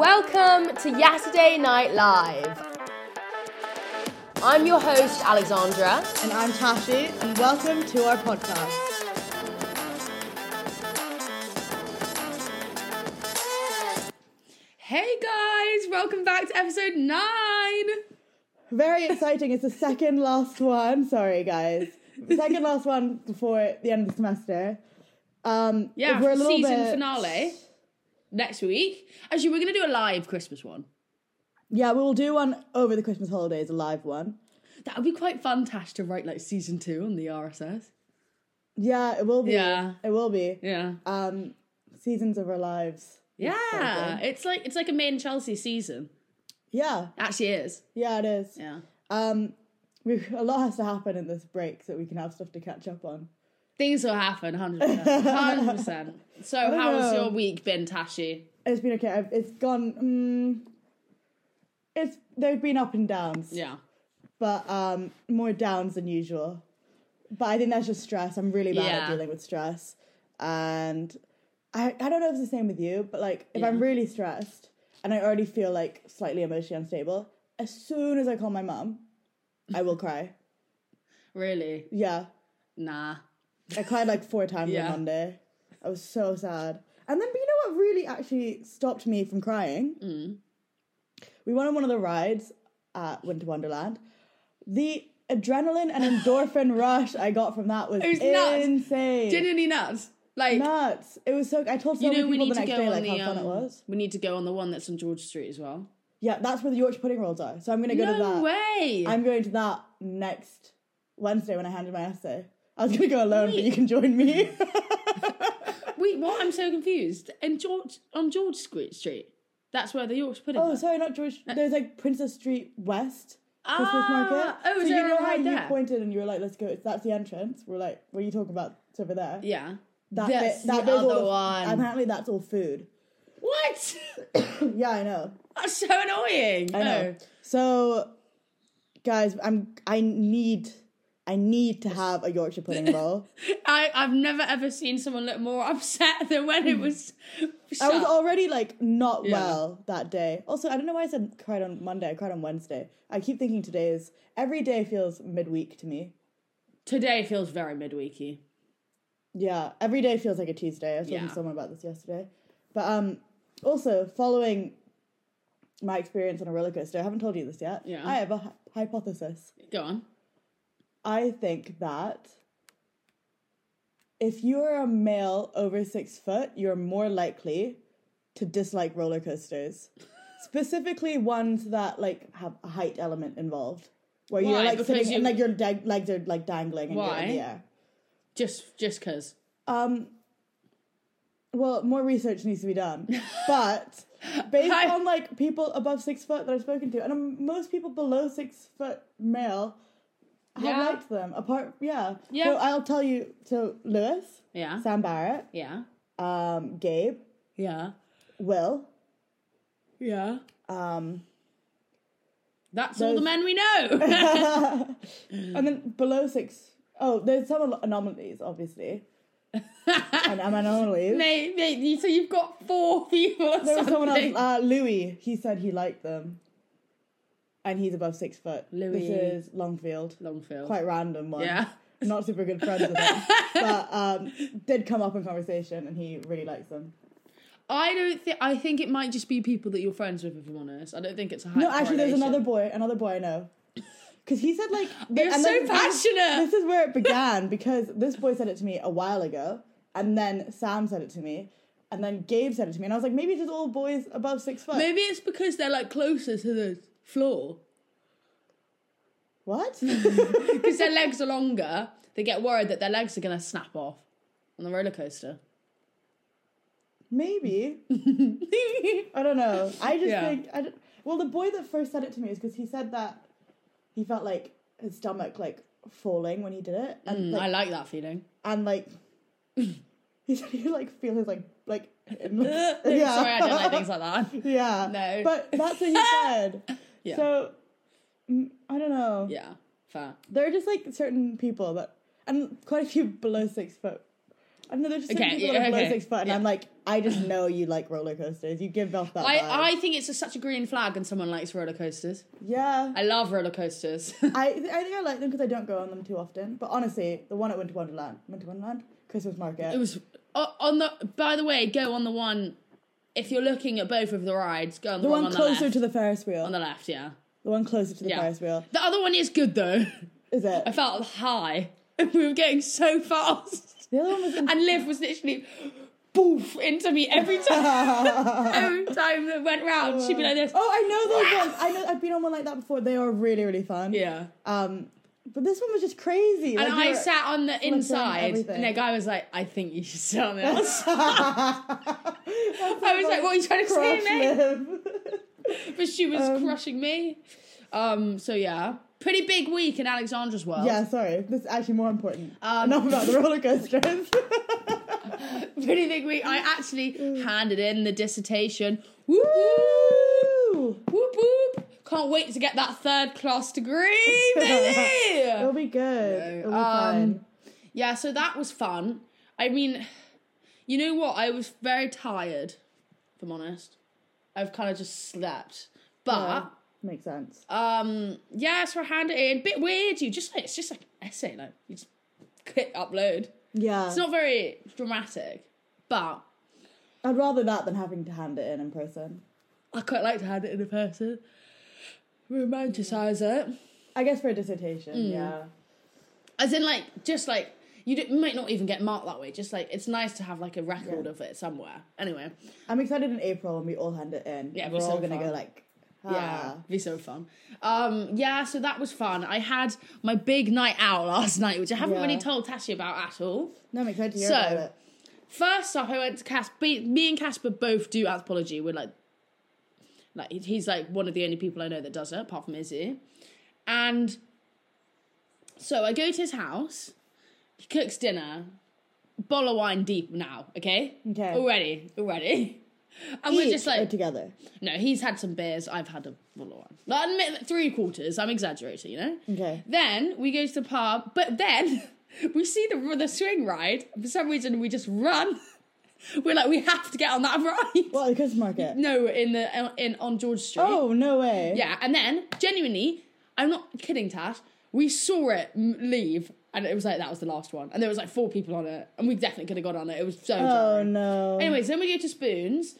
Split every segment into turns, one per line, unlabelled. Welcome to Saturday Night Live. I'm your host, Alexandra.
And I'm Tashi, and welcome to our podcast.
Hey guys, welcome back to episode nine.
Very exciting. It's the second last one. Sorry, guys. The second last one before the end of the semester. Um,
Yeah,
if we're a little
season
bit-
finale next week. Actually, we're gonna do a live Christmas one.
Yeah, we will do one over the Christmas holidays, a live one.
That would be quite fun, Tash, to write like season two on the RSS.
Yeah, it will be.
Yeah.
It will be.
Yeah,
Um, seasons of our lives.
yeah. It's like it's like a main Chelsea season.
Yeah,
Actually, it is.
yeah, it is.
Yeah.
Um, we, a lot has to happen in this break so we can have stuff to catch up on.
Things will happen, hundred percent, hundred percent. So, how has
know.
your week been, Tashi?
It's been okay. I've, it's gone. Mm, it's they've been up and downs.
Yeah,
but um, more downs than usual. But I think that's just stress. I'm really bad at
Yeah.
dealing with stress, and I I don't know if it's the same with you, but like if I'm
Yeah.
really stressed and I already feel like slightly emotionally unstable, as soon as I call my mum, I will cry.
really.
Yeah,
Nah.
I cried like four times
Yeah.
on Monday. I was so sad. And then, but you know what really actually stopped me from crying?
Mm.
We went on one of the rides at Winter Wonderland. The adrenaline and endorphin rush I got from that was,
was nuts.
insane.
Genuinely nuts. Like,
nuts. It was so. I told so
you
many
know, we
people
need
the
to
next
go
day
on
like
the.
how fun it
Um,
was.
we need to go on the one that's on George Street as well.
Yeah, that's where the Yorkshire pudding rolls are. So I'm gonna go to
No
that.
way.
I'm going to that next Wednesday when I handed my essay. I was gonna go alone, but
Wait.
you can join me.
Wait, what? I'm so confused. And George on George Street Street. That's where the Yorkshire pudding.
Oh,
was.
sorry, not George. There's like Princess Street West Christmas
Ah,
Market.
oh,
so
is
you
there a
know how
ride
you
there?
pointed and you were like, "Let's go." It's that's the entrance. We're like, "What are you talking about? It's over there."
yeah.
that
that's
bit, that
the
bit's all
other
the-
one.
Apparently, that's all food.
What?
Yeah, I know.
That's so annoying.
I know. So, guys, I'm. I need. I need to have a Yorkshire pudding roll.
Oh. I I've never ever seen someone look more upset than when it was.
Hmm. I was
shut.
already like not
Yeah.
well that day. Also, I don't know why I said cried on Monday. I cried on Wednesday. I keep thinking today is every day feels midweek to me.
Today feels very midweeky.
Yeah, every day feels like a Tuesday. I was talking
Yeah.
to someone about this yesterday. But um, also, following my experience on a roller coaster, I haven't told you this yet.
Yeah.
I have a hy- hypothesis.
Go on.
I think that if you are a male over six foot, you're more likely to dislike roller coasters, specifically ones that like have a height element involved, where you're
Why?
like
Because
sitting
you-
and like your dag- legs are like dangling and you're in
Why?
the air.
Just just cause.
Um, well, more research needs to be done, but based
I-
on like people above six foot that I've spoken to, and um, most people below six foot male have
Yeah.
liked them. Apart, yeah,
Yeah.
So I'll tell you. So Lewis,
Yeah.
Sam Barrett,
Yeah.
um, Gabe,
Yeah.
Will,
Yeah.
um,
That's all the
Those-
men we know.
and then below six. Oh, there's some anom- anomalies, obviously. and I'm anomalies.
mate, mate, you- so you've got four people. Or
There was someone else,
something.
uh, Louis. He said he liked them, and he's above six foot.
Louis.
This is Longfield.
Longfield.
Quite random one.
Yeah.
Not super good friends with him, but um, did come up in conversation, and he really likes them.
I don't think. I think it might just be people that you're friends with. If I'm honest, I don't think it's a high.
No, actually, there's
correlation.
another boy. Another boy I know. Because he said like
You're
and
so
this-
passionate.
This is where it began because this boy said it to me a while ago, and then Sam said it to me, and then Gabe said it to me, and I was like, maybe it's just all boys above six foot.
Maybe it's because they're like closer to the floor
What?
because their legs are longer. They get worried that their legs are gonna snap off on the roller coaster.
maybe.
Mm,
I don't know. I just
Yeah.
think I don't, well, the boy that first said it to me is because he said that he felt like his stomach like falling when he did it, and
Mm, I
like,
like that feeling.
and like he said he like feel his like like in- yeah
Sorry, I don't like things like that.
yeah
No.
but that's what he said.
Yeah.
So mm, I don't know.
Yeah, fair.
There are just like certain people that and quite a few below six foot I don't know, there's just some
Okay,
people
yeah,
that are below
okay.
six foot, and
Yeah.
I'm like, I just know you like roller coasters. You give off that. vibe.
I, I think it's a, such a green flag when someone likes roller coasters.
yeah.
I love roller coasters.
I, I think I like them because I don't go on them too often. But honestly, the one at Winter Wonderland, Winter Wonderland, Christmas Market.
it was o- on the. By the way, go on the one. If you're looking at both of the rides, go on the,
the
one,
one,
on
closer
the left.
to the Ferris wheel.
on the left, yeah.
the one closer to the
Yeah.
Ferris wheel.
The other one is good though.
Is it?
I felt high. We were going so fast,
the other one was in-
and Liv was literally boof into me every time. every time that went round, she'd be like this.
Oh, I know those ones. I know. I've been on one like that before. They are really, really fun.
Yeah.
Um, but this one was just crazy.
And
Like,
I
you're-
sat on the inside,
everything.
and the guy was like, "I think you should sit on the outside." I was like, "What are you trying to
Crush
say, mate?"
live.
But she was crushing me. Um. So yeah, pretty big week in Alexandra's world.
yeah, sorry. This is actually more important.
Um,
Enough about the roller coasters.
Pretty big week. I
Mm.
actually handed in the dissertation. Whoop
Woo!
whoop whoop! Can't wait to get that third class degree,
It'll
baby.
be good.
No,
It'll be
um,
fine.
yeah. So that was fun. I mean, you know what? I was very tired. If I'm honest, I've kind of just slept, but.
Yeah, makes sense.
Um, yeah, so I hand it in. Bit weird, you just like it's just like an essay, like you just click upload.
yeah.
It's not very dramatic, but
I'd rather that than having to hand it in in person.
I quite like to hand it in a person. Romanticize it.
I guess for a dissertation,
Mm.
yeah.
As in like just like you d- might not even get marked that way. Just like it's nice to have like a record
Yeah.
of it somewhere. Anyway,
I'm excited in April when we all hand it in.
Yeah, it'd be
We're
so
all gonna
fun.
go like, ah.
yeah, be so fun. Um, yeah, so that was fun. I had my big night out last night, which I haven't
Yeah.
really told Tashi about at all.
No, I'm excited to hear
So-
about it.
First up, I went to Casper. Me and Casper both do anthropology. We're like, like he- he's like one of the only people I know that does it, apart from Izzy. And so I go to his house. He cooks dinner. Bottle of wine deep now. Okay.
Okay.
Already, already. And
Each
we're just
are
like,
together.
no, he's had some beers. I've had a bottle of wine. Like, I admit that three quarters. I'm exaggerating, you know.
Okay.
Then we go to the pub, but then we see the the swing ride. For some reason, we just run. We're like, we have to get on that ride.
Well, the Christmas market.
No, in the uh, in on George Street.
Oh no way.
yeah. And then, genuinely, I'm not kidding, Tash. We saw it m- leave, and it was like that was the last one, and there was like four people on it, and we definitely could have got on it. It was so.
Oh
jarring.
no.
Anyways, then we go to Spoons.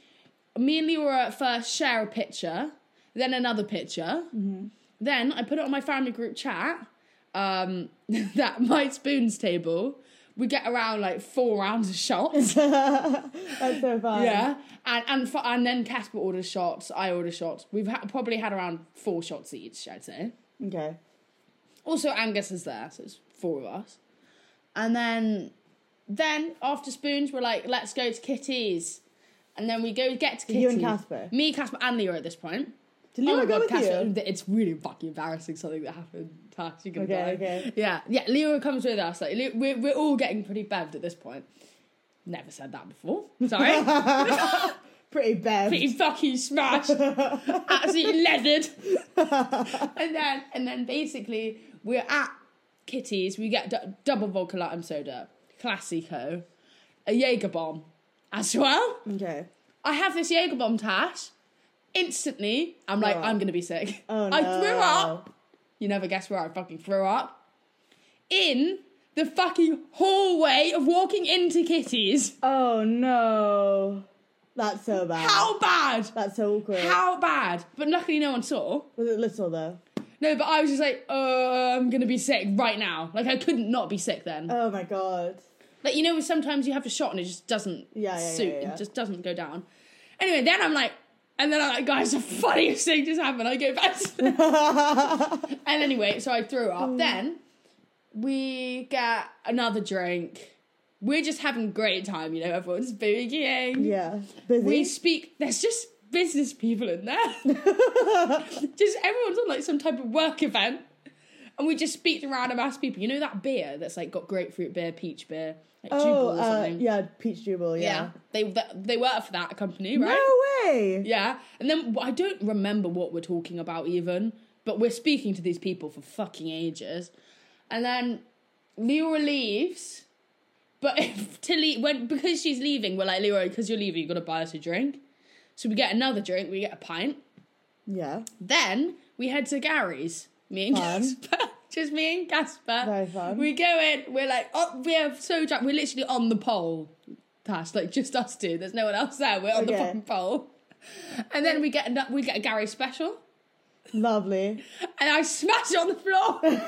Me and Leora at first share a picture, then another picture. Then I put it on my family group chat um, that my Spoons table we get around like four rounds of
That's
shots.
so fun.
yeah, and and for, and then Casper orders shots. I order shots. We've ha- probably had around four shots each. I'd say.
Okay.
Also, Angus is there, so it's four of us. And then, then after spoons, we're like, let's go to Kitty's, and then we go get to Kitty's.
You and Casper?
Me, Casper, and Leo at this point.
Did Leo
oh my
go
god,
with
Casper!
you?
th- It's really fucking embarrassing something that happened. Tash, you're gonna
Okay,
die.
okay.
Yeah, yeah. Leo comes with us. Like, Leo, we're we're all getting pretty bevved at this point. Never said that before. Sorry.
Pretty bad.
pretty fucking smashed, absolutely leathered. and then, and then basically, we're at Kitty's. We get d- double vodka lime soda, classico, a Jaeger bomb as well.
Okay.
I have this Jaeger bomb tash. Instantly, I'm like,
Wow.
I'm gonna be sick.
Oh no.
I threw up. You never guess where I fucking threw up. In the fucking hallway of walking into Kitty's.
Oh no. That's so bad.
How bad?
That's so awkward.
How bad? But luckily, no one saw.
Was it little though?
No, but I was just like, uh, I'm gonna be sick right now. Like I couldn't not be sick then.
Oh my god.
like you know, sometimes you have a shot and it just doesn't
Yeah, yeah, yeah,
suit.
yeah.
It just doesn't go down. Anyway, then I'm like, and then I'm like, guys, the funniest thing just happened. I go back. To bed. and anyway, so I threw up.
Mm.
Then we get another drink. We're just having a great time, you know. Everyone's boogieing.
Yeah. Busy.
We speak. There's just business people in there. just everyone's on like some type of work event, and we just speak to random ass people. You know that beer that's like got grapefruit beer, peach beer, like Jubal
oh,
or
uh,
something.
yeah, Peach Jubal,
yeah.
yeah.
They th- they work for that company, right?
No way.
Yeah. And then well, I don't remember what we're talking about even, but we're speaking to these people for fucking ages, and then Leora leaves. But if Tilly when because she's leaving, we're like Leroy, because you're leaving, you have got to buy us a drink. So we get another drink. We get a pint.
Yeah.
Then we head to Gary's. Me and
Fun.
Casper. Just me and Casper.
Very fun.
We go in, we're like, oh, we are so drunk. We're literally on the pole. That's like just us two. There's no one else there. We're on the
Okay.
fucking pole. And then we get ano- we get a Gary special.
Lovely.
And I smash it on the floor. and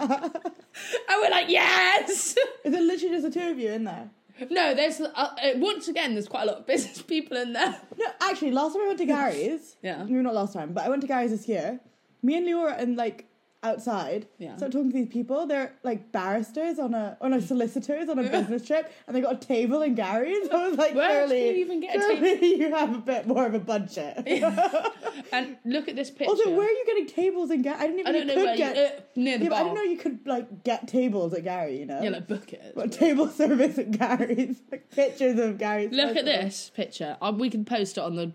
we're like, yes!
Is it literally just the two of you in there?
no, there's, uh, uh, once again, there's quite a lot of business people in there.
No, actually, last time I went to Gary's,
Yeah.
maybe not last time, but I went to Gary's this year. Me and Laura and like outside,
Yeah.
started talking to these people. They're like barristers on a on a solicitors on a business trip, and they got a table in Gary's. I was like,
Where else
surely,
can you even get a
surely you have a bit more of a budget.
And look at this picture.
also, where are you getting tables in Gary? I didn't even
I don't
know
know
you could
where, you,
get.
uh, near the
yeah, but
bar.
I didn't know you could like get tables at Gary. You know,
yeah, like book it.
But table service at Gary's, like pictures of Gary's.
Look
special.
at this picture. Um, we can post it on the.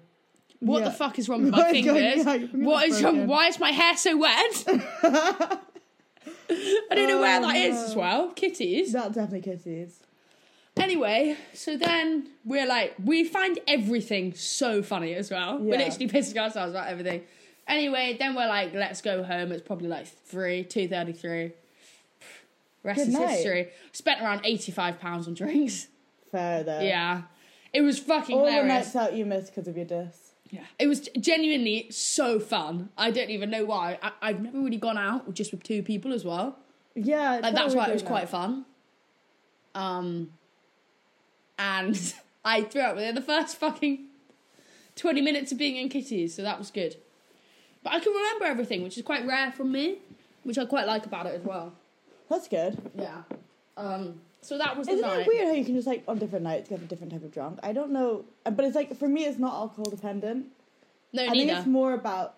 What the
Yeah.
fuck is wrong with
What
my
is going-
fingers?
yeah, your fingers
what
are
is wrong?
broken.
Why is my hair so wet? I don't know where that is as
Uh.
well. Kitties.
That's definitely Kitty's.
Anyway, so then we're like, we find everything so funny as well. We're
Yeah.
literally pissing ourselves about everything. Anyway, then we're like, let's go home. It's probably like three, two thirty-three. Rest
Good
is
night.
history. Spent around eighty-five pounds on drinks.
Fair though.
Yeah, it was fucking
All the
hilarious.
nights out you missed because of your diss.
Yeah. It was genuinely so fun. I don't even know why. I, I've never really gone out just with two people as well.
Yeah, it's
Like that's
probably
why it was
good
quite
night.
fun. Um, and I threw up within the first fucking twenty minutes of being in Kitty's, so that was good. But I can remember everything, which is quite rare from me, which I quite like about it as well.
That's good.
Yeah. Um. So that was the
Isn't
night.
it weird how you can just like on different nights get a different type of drunk? I don't know, Uh, but it's like for me, it's not alcohol dependent.
No,
I think
neither.
it's more about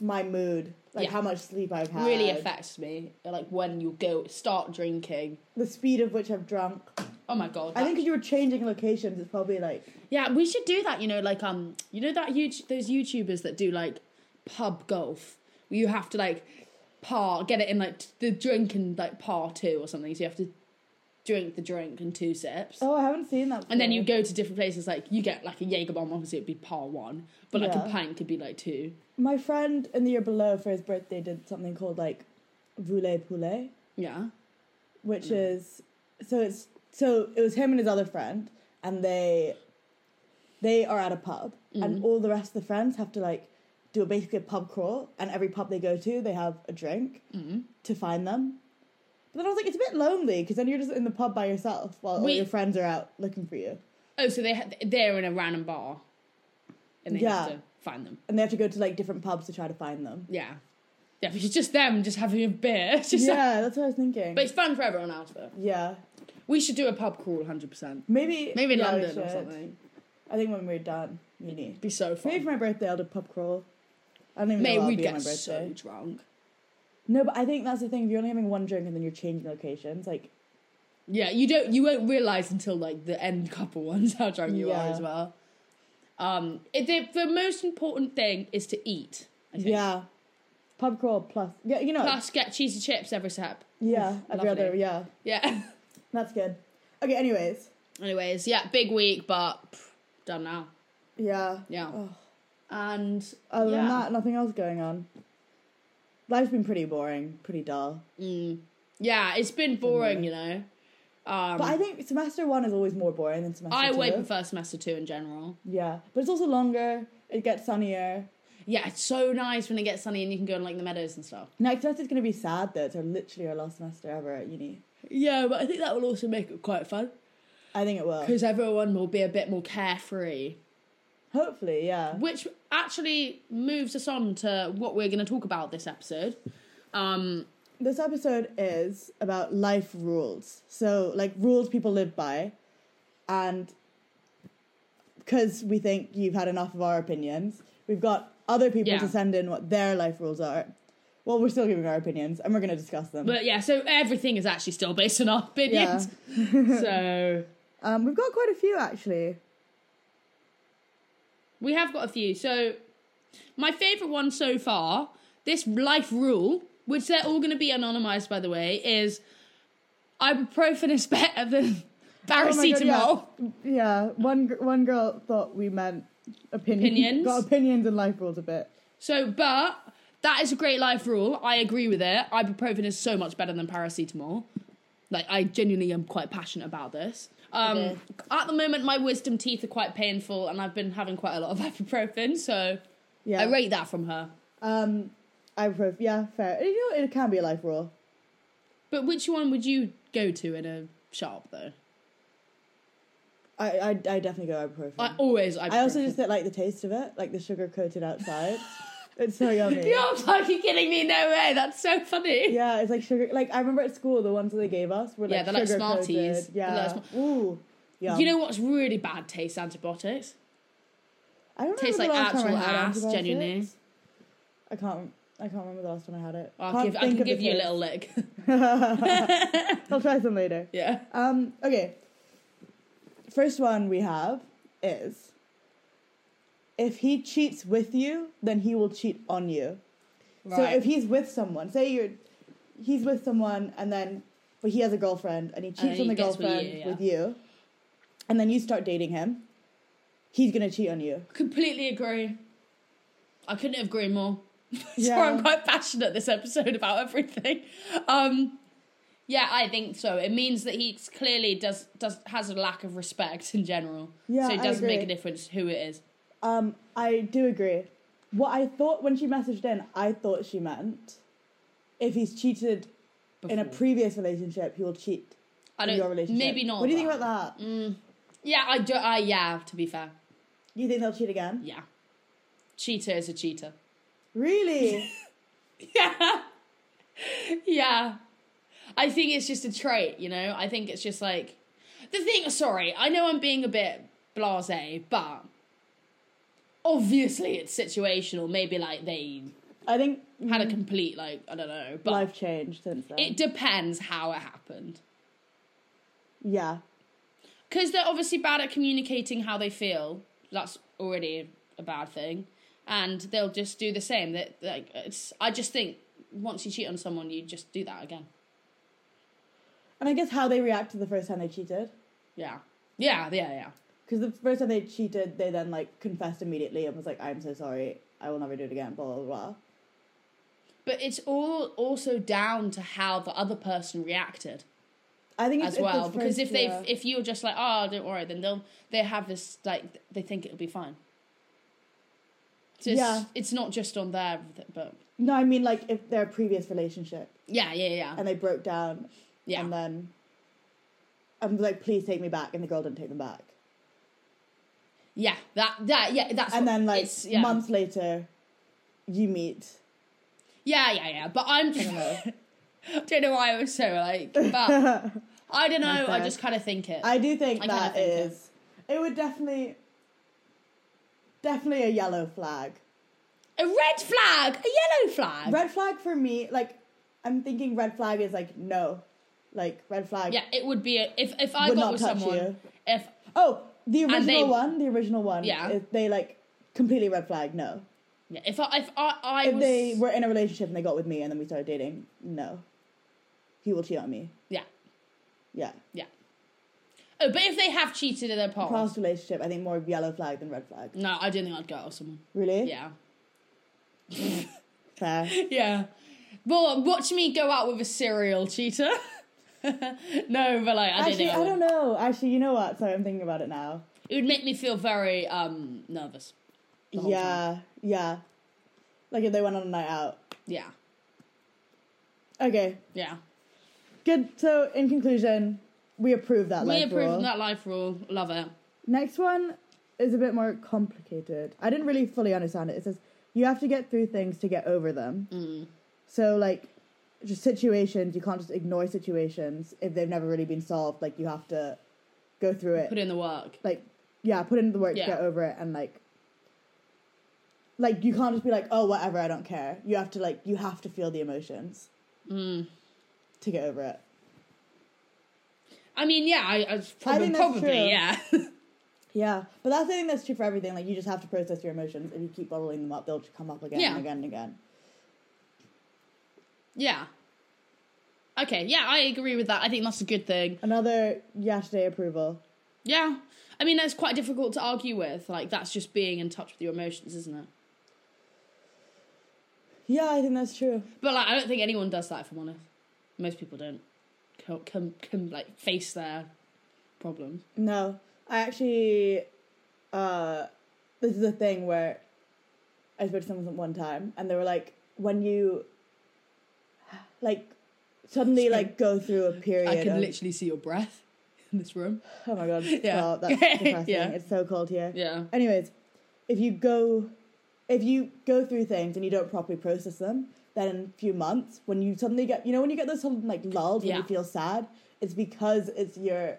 my mood, like
Yeah.
how much sleep I've had,
really affects me, like when you go start drinking.
the speed of which I've drunk.
Oh my god!
I think because you were changing locations, it's probably like
Yeah, we should do that. You know, like um, you know that huge those YouTubers that do like pub golf, where you have to like par get it in like t- the drink and like par two or something. So you have to drink the drink in two sips,
oh, I haven't seen that.
and then you
before.
go to different places. Like you get like a Jaeger bomb. Obviously, it'd be par one, but like a
Yeah.
pint could be like two.
My friend in the year below for his birthday did something called like voulez poulet.
Yeah,
which
Mm.
is so it's so it was him and his other friend and they they are at a pub
Mm.
and all the rest of the friends have to like do a basically a pub crawl and every pub they go to they have a drink
Mm-hmm.
to find them but then i was like it's a bit lonely because then you're just in the pub by yourself while all
We-
your friends are out looking for you
Oh, so they ha- they're in a random bar, and they have
Yeah.
to find them.
and they have to go to like different pubs to try to find them
Yeah, yeah. But it's just them just having a beer. It's just like-
yeah that's what i was thinking
but it's fun for everyone else. Though
yeah
we should do a pub crawl, hundred percent.
maybe
Maybe in
yeah, we
London or
should.
something.
i think when we're done uni
Be so fun.
maybe for my birthday i'll do pub crawl i don't even know
Mate,
what I'll
we'd
be on my
get
birthday.
so drunk.
No, but I think that's the thing. If you're only having one drink and then you're changing locations, like
Yeah, you don't. You won't realize until like the end couple ones how drunk you are
Yeah.
as well. Um, it, the, the most important thing is to eat. I think.
yeah, pub crawl plus yeah, you know,
Plus, get cheesy chips every step.
yeah, every
lovely.
other yeah,
Yeah.
that's good. Okay, anyways,
Anyways, yeah, big week, but pff, done now.
yeah.
Yeah.
Oh.
And
Other
yeah.
than that, nothing else going on. Life's been pretty boring, pretty dull.
mm, yeah, it's been boring, you know. Um,
But I think semester one is always more boring than semester
I
two.
way prefer semester two in general.
Yeah, but it's also longer. It gets sunnier.
Yeah, it's so nice when it gets sunny and you can go on like the meadows and stuff.
Next semester's gonna be sad though. It's our, literally our last semester ever at uni.
Yeah, but I think that will also make it quite fun.
I think it will.
because everyone will be a bit more carefree.
Hopefully, yeah.
Which actually moves us on to what we're going to talk about this episode. Um,
This episode is about life rules. So, like, rules people live by. And because we think you've had enough of our opinions, we've got other people
Yeah.
to send in what their life rules are. Well, we're still giving our opinions and we're going to discuss them.
but yeah, so everything is actually still based on our opinions. so
um, we've got quite a few, actually.
we have got a few. So my favourite one so far, this life rule, which they're all going to be anonymised by the way, is ibuprofen is better than
Oh my God,
paracetamol.
yeah. yeah, one gr- one girl thought we meant opinion.
Opinions?
Got opinions and life rules a bit.
So, but that is a great life rule. I agree with it. Ibuprofen is so much better than paracetamol. Like, I genuinely am quite passionate about this. Um,
Okay.
At the moment, my wisdom teeth are quite painful, and I've been having quite a lot of ibuprofen. So,
Yeah.
I rate that from her.
Um, I approve. Yeah, fair. You know, it can be a life rule.
But which one would you go to in a shop, though?
I, I, I definitely go ibuprofen.
I always ibuprofen.
I also just don't like the taste of it, like the sugar coated outside. it's so yummy.
You're fucking kidding me! No way! That's so funny.
Yeah, it's like sugar. Like I remember at school, the ones that they gave us were like
Yeah, they're like
sugar
Smarties.
coated. Yeah.
They're like
Ooh. Yeah.
You know what's really bad taste antibiotics?
I don't
tastes
remember the
like
last time I
actual
had
ass,
antibiotics.
genuinely.
I can't. I can't remember the last time I had it.
I'll
Can't
give, I
think
can
of the
give you a
taste.
little lick.
I'll try some later.
yeah.
Um. Okay. First one we have is if he cheats with you, then he will cheat on you. So if he's with someone, say you're, he's with someone, and then but he has a girlfriend, and he cheats
then
on
he
the
gets with you,
girlfriend
yeah.
with you, and then you start dating him, he's gonna cheat on you.
Completely agree. I couldn't agree more.
Yeah.
Sorry, I'm quite passionate this episode about everything. Um, yeah, I think so. It means that he clearly does does has a lack of respect in general.
Yeah,
so it
I
doesn't make a
agree.
difference who it is.
Um, I do agree. What I thought when she messaged in, I thought she meant if he's cheated in a
Before.
previous relationship, he will cheat
I
in
don't.
your relationship.
Maybe not. Mm.
What do you think about that?
Yeah, I do. I yeah. To be fair,
You think they'll cheat again?
yeah. Cheater is a cheater.
Really?
yeah. Yeah. I think it's just a trait, you know? I think it's just like the thing sorry, I know I'm being a bit blasé, but obviously it's situational. Maybe like they
I think
had a complete like I don't know, but
life changed since then.
it depends how it happened.
yeah.
Because they're obviously bad at communicating how they feel. That's already a bad thing, and they'll just do the same. That like it's. I just think once you cheat on someone, you just do that again.
And I guess how they reacted the first time they cheated.
Yeah. Yeah, yeah, yeah.
Because the first time they cheated, they then like confessed immediately and was like, "I'm so sorry. I will never do it again." Blah blah blah.
But it's all also down to how the other person reacted
I think it's,
as
it's the
well. Because
first-
if they
yeah.
have if you're just like, oh, don't worry, then they'll they have this like they think it'll be fine. So it's,
Yeah.
it's not just on their but
no, I mean like if their previous relationship
yeah, yeah, yeah.
and they broke down,
yeah.
and then and was like, "Please take me back," and the girl didn't take them back,
yeah, that that yeah, that's
and
what-
then like
it's- yeah.
months later, you meet.
Yeah, yeah, yeah. But I'm just
I
don't know why I was so like but I don't know, I
fair.
just kinda think it.
I do think
I kinda
that
think it.
is. It would definitely, definitely a yellow flag.
a red flag, a yellow flag.
Red flag for me, like I'm thinking red flag is like no, like red flag.
yeah, it would be a, if if I
Would
got
not
with
touch
someone
you.
if
Oh, the original
And they-
one, the original one.
Yeah.
is- they like completely red flag. No,
Yeah, if I if I, I
if
was
they were in a relationship and they got with me and then we started dating, no, he will cheat on me.
yeah
Yeah,
yeah. Oh, but if they have cheated in their past,
past relationship, I think more of yellow flag than red flag.
no, I don't think I'd go out with someone.
Really?
Yeah,
Fair.
yeah. Well, watch me go out with a serial cheater. no, but like I don't
Actually,
think I
I
would.
don't know. Actually, you know what? Sorry, I'm thinking about it now.
It would make me feel very um nervous. the whole time.
Yeah, yeah. Like if they went on a night out.
yeah,
Okay,
yeah.
good. So in conclusion, we approve that.
We
life
approve
rule.
of that life rule. Love it.
Next one is a bit more complicated. I didn't really fully understand it. It says you have to get through things to get over them.
Mm.
So like just situations, you can't just ignore situations if they've never really been solved. Like you have to go through it.
Put in the work.
like yeah, put in the work
Yeah.
to get over it and like like you can't just be like, oh whatever, I don't care. You have to like you have to feel the emotions
Mm.
to get over it.
I mean, yeah, I, I probably,
think that's
probably
true.
yeah.
Yeah, but that's the thing that's true for everything. Like you just have to process your emotions. If you keep bottling them up, they'll just come up again
Yeah.
and again and again.
Yeah. Okay, yeah, I agree with that. I think that's a good thing.
Another yesterday approval.
Yeah. I mean, that's quite difficult to argue with. Like, that's just being in touch with your emotions, isn't it?
Yeah, I think that's true.
But, like, I don't think anyone does that, if I'm honest. Most people don't come, come, come like, face their problems.
No, I actually. Uh, this is a thing where I spoke to someone at one time, and they were like, "When you, like, suddenly like go through a period."
I can
of,
literally see your breath in this room.
Oh my god!
Yeah.
stop, that's depressing.
Yeah.
It's so cold here.
Yeah.
Anyways, if you go, if you go through things and you don't properly process them, then in a few months, when you suddenly get, you know, when you get this sudden like lulled when
Yeah.
you feel sad, it's because it's your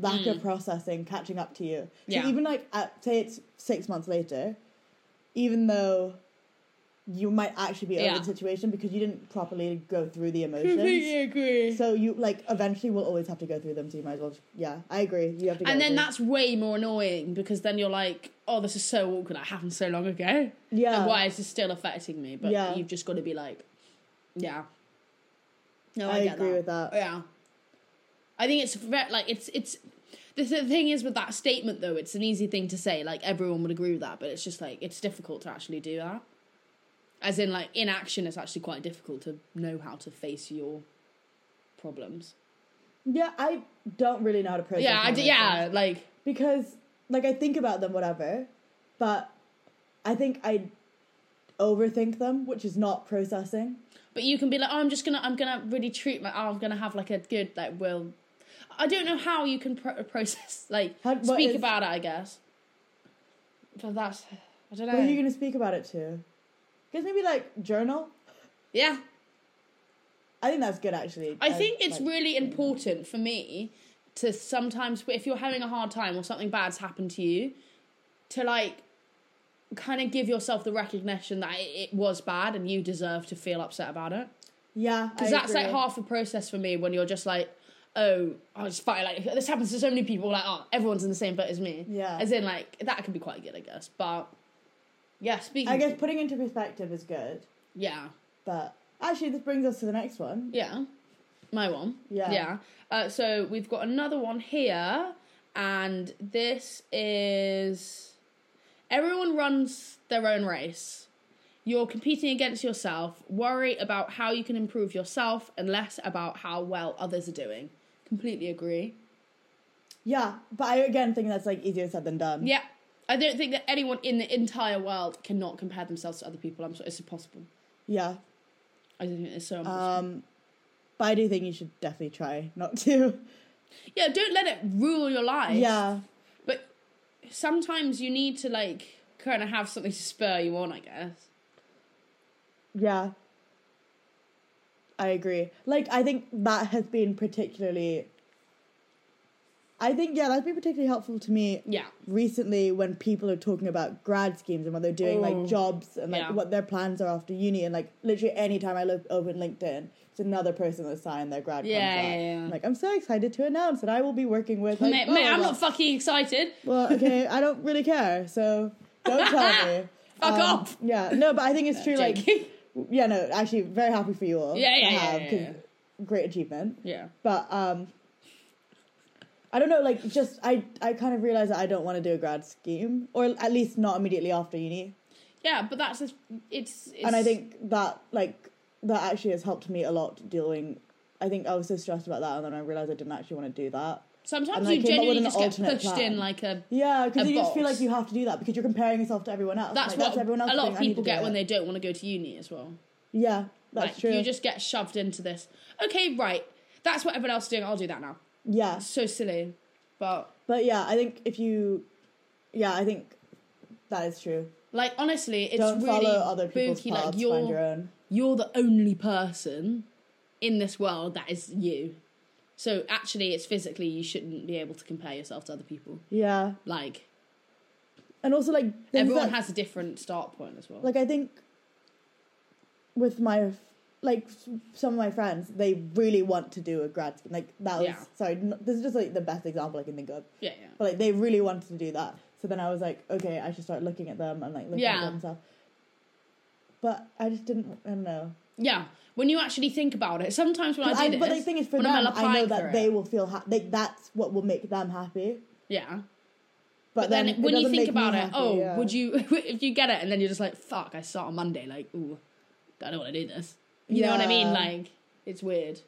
lack of processing catching up to you. So
Mm. Yeah.
even like at, say it's six months later, even though you might actually be over
Yeah.
the situation because you didn't properly go through the emotions.
agree.
So you like eventually will always have to go through them. So you might as well. Yeah, I agree. You have to. Go
and then
through.
that's way more annoying because then you're like, oh, this is so awkward. That happened so long ago.
Yeah.
And why is this still affecting me? But
Um, Yeah.
you've just got to be like, yeah. No,
I,
I, get
agree
that.
with that.
Yeah. I think it's ve- like it's it's the, th- thing is with that statement though it's an easy thing to say like everyone would agree with that but it's just like it's difficult to actually do that. As in like in action it's actually quite difficult to know how to face your problems.
Yeah, I don't really know how to process.
yeah,
my
I
emotions.
d- yeah, like
Because like I think about them, whatever, but I think I overthink them, which is not processing.
but you can be like oh I'm just going to I'm going to really treat my oh, I'm going to have like a good like will I don't know how you can pro- process like
How- what
speak
is-
about it I guess. But that's I don't know.
Who are you going to speak about it to? Because maybe like journal.
yeah.
I think that's good actually.
I think it's
like-
really important for me to sometimes, if you're having a hard time or something bad's happened to you, to like kind of give yourself the recognition that it, it was bad and you deserve to feel upset about it.
yeah,
Because that's like
hard.
half the process for me when you're just like, oh, I was fine. Like this happens to so many people. Like, oh, everyone's in the same boat as me.
Yeah.
As in, like that could be quite good, I guess. But yeah, speaking.
I guess putting into perspective is good,
Yeah.
but actually this brings us to the next one.
Yeah. My one.
Yeah.
Yeah. Uh, so we've got another one here, and this is everyone runs their own race. You're competing against yourself. Worry about how you can improve yourself and less about how well others are doing. Completely agree.
Yeah, but I again think that's like easier said than done.
Yeah. I don't think that anyone in the entire world cannot compare themselves to other people. I'm sorry, it's impossible.
yeah.
I don't think it's so impossible.
Um, but I do think you should definitely try not to.
yeah, don't let it rule your life.
Yeah.
But sometimes you need to like kind of have something to spur you on, I guess.
Yeah. I agree. Like, I think that has been particularly. I think, yeah, that's been particularly helpful to me
Yeah.
recently when people are talking about grad schemes and what they're doing,
Ooh.
like jobs and like
Oh. Yeah.
what their plans are after uni. And like, literally, anytime I look open LinkedIn, it's another person that signed their grad
Yeah,
contract.
yeah, yeah.
I'm like, I'm so excited to announce that I will be working with. Like, oh,
mate,
blah,
mate,
blah,
I'm
blah."
not fucking excited.
Well, okay, I don't really care, so don't tell me. Um,
Fuck off.
Yeah, no, but I think it's true. Like,
Joking.
yeah, no, actually, very happy for you all.
Yeah, yeah,
to
yeah,
have,
yeah,
'cause
yeah.
Great achievement.
yeah.
But um, I don't know. Like, just I, I kind of realized that I don't want to do a grad scheme, or at least not immediately after uni.
Yeah, but that's just, it's, it's
And I think that like that actually has helped me a lot dealing. I think I was so stressed about that, and then I realized I didn't actually want to do that.
sometimes
and I
you
came up with
genuinely
an
just get
alternate
pushed
plan.
in like a
Yeah,
A
because you just feel
box.
like you have to do that because you're comparing yourself to everyone else.
that's
Like,
what
everyone else
a lot
doing,
of
I need to
people
do
get when
it.
they don't want to go to uni as well.
Yeah, that's
like
true.
you just get shoved into this. Okay, right. That's what everyone else is doing. I'll do that now.
yeah,
So silly. But
but yeah, I think if you, yeah, I think that is true.
like honestly, it's
Don't
really
follow other people's
spooky.
paths.
like you're
find your own.
you're the only person in this world that is you. So actually, it's physically you shouldn't be able to compare yourself to other people.
Yeah,
Like
and also like things
everyone
that-
has a different start point as well.
Like I think with my like s- some of my friends, they really want to do a grad scheme. Like that was
Yeah.
sorry. n- This is just like the best example I can think of.
yeah, yeah,
But like they really wanted to do that. So then I was like, okay, I should start looking at them and like looking
Yeah.
at them and stuff. But I just didn't. I don't know.
yeah. When you actually think about it, sometimes when I do
I,
this,
but the thing is, for
when I'm
them, I know
applying for
that
it-
they will feel happy. That's what will make them happy.
yeah.
But,
But then,
it
when you
doesn't
think
make me
about it,
happy,
oh,
yeah.
would you if you get it and then you're just like, fuck, I start on Monday, like, ooh, I don't want to do this. You know what I mean?
Yeah.
Like, it's weird.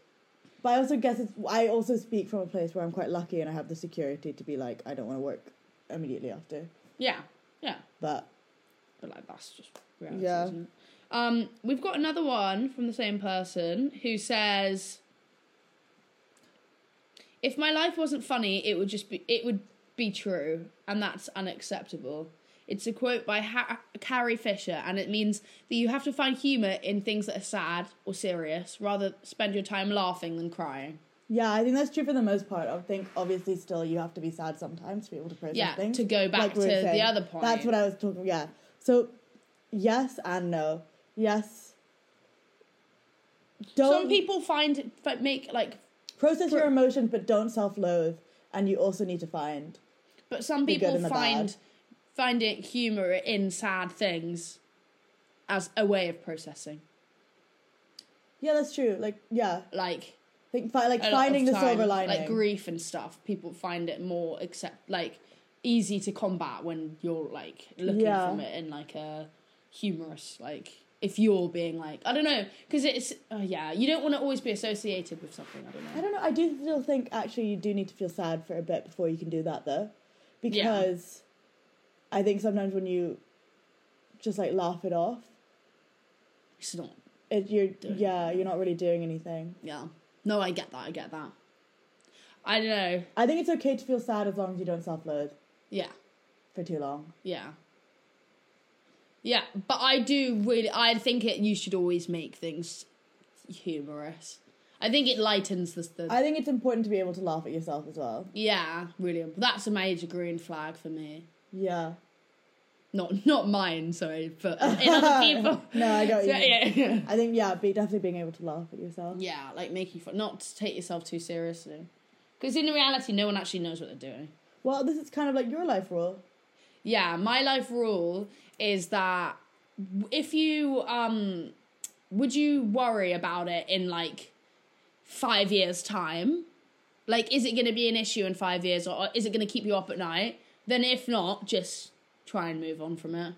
But I also guess it's. I also speak from a place where I'm quite lucky and I have the security to be like, I don't want to work immediately after.
Yeah, yeah.
But
But like that's just reality,
Yeah.
isn't it? Um, we've got another one from the same person who says, "If my life wasn't funny, it would just be it would be true, and that's unacceptable." It's a quote by ha- Carrie Fisher, and it means that you have to find humor in things that are sad or serious, rather spend your time laughing than crying.
yeah, I think that's true for the most part. I think obviously still you have to be sad sometimes to be able to process
Yeah,
things.
to go back
we were
to the
saying.
other point.
That's what I was talking. Yeah. So yes and no. Yes. Don't
Some people find it fi- make like,
process your emotions, but don't self-loathe. And you also need to find
but some
The good
people
and the
find
bad.
find it humor in sad things as a way of processing.
Yeah, that's true. Like, yeah,
Like
think fi- like
a lot
finding
of
the
time,
silver lining.
like grief and stuff. People find it more accept like easy to combat when you're like looking
Yeah.
from it in like a humorous like if you're being like I don't know because it's oh yeah you don't want to always be associated with something I don't know
I don't know. I do still think actually you do need to feel sad for a bit before you can do that though, because I think sometimes when you just like laugh it off,
it's not
it, you're
Doing
yeah, you're not really doing anything.
yeah no I get that I get that I don't know
I think it's okay to feel sad as long as you don't self-loathe
yeah
for too long.
Yeah. Yeah, but I do really. I think it. You should always make things humorous. I think it lightens the. the
I think it's important to be able to laugh at yourself as well.
yeah, really. That's a major green flag for me.
Yeah.
Not not mine, sorry, but in other people.
No, I got
So,
you.
yeah,
I think yeah, be definitely being able to laugh at yourself.
yeah, like making fun, not to take yourself too seriously, because in reality, no one actually knows what they're doing.
Well, this is kind of like your life rule.
yeah my life rule is that if you um would you worry about it in like five years time like is it going to be an issue in five years or is it going to keep you up at night then if not just try and move on from it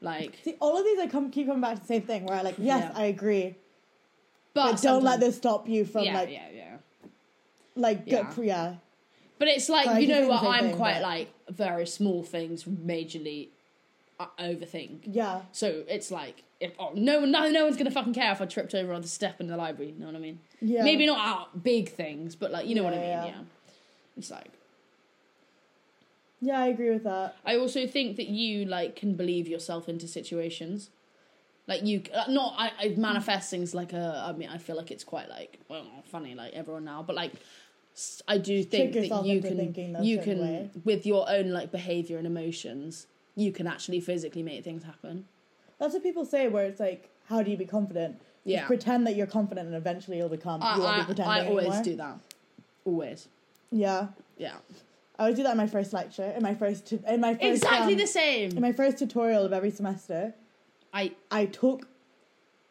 like
See, all of these I come keep coming back to the same thing where I like, yes,
Yeah.
I agree.
but
But don't let
sometimes-
this stop you from
yeah
like
yeah yeah
like go-
Yeah.
yeah.
But it's like
Like,
you
you
know
think
what
the same
I'm
thing,
quite
but-
like very small things majorly uh, overthink.
Yeah.
So it's like if, oh no no no one's gonna fucking care if I tripped over on the step in the library. You know what I mean?
Yeah.
Maybe not out big things, but like you know what I
Yeah,
mean. Yeah.
yeah.
It's like
Yeah, I agree with that.
I also think that you like can believe yourself into situations. Like you, uh, not I, I manifest things like a. I mean, I feel like it's quite like well, not funny like everyone now, but like s- I do think that
yourself
you
into
can
thinking that
you can
certain way.
with your own like behavior and emotions, you can actually physically make things happen.
That's what people say where it's like, how do you be confident? Just
Yeah.
pretend that you're confident and eventually you'll become you won't be
I, I,
pretending
I always
anymore.
do that, always.
Yeah.
Yeah,
I always do that in my first lecture, in my first tu- in my first
exactly
um,
the
in
same.
my first tutorial of every semester,
I
I took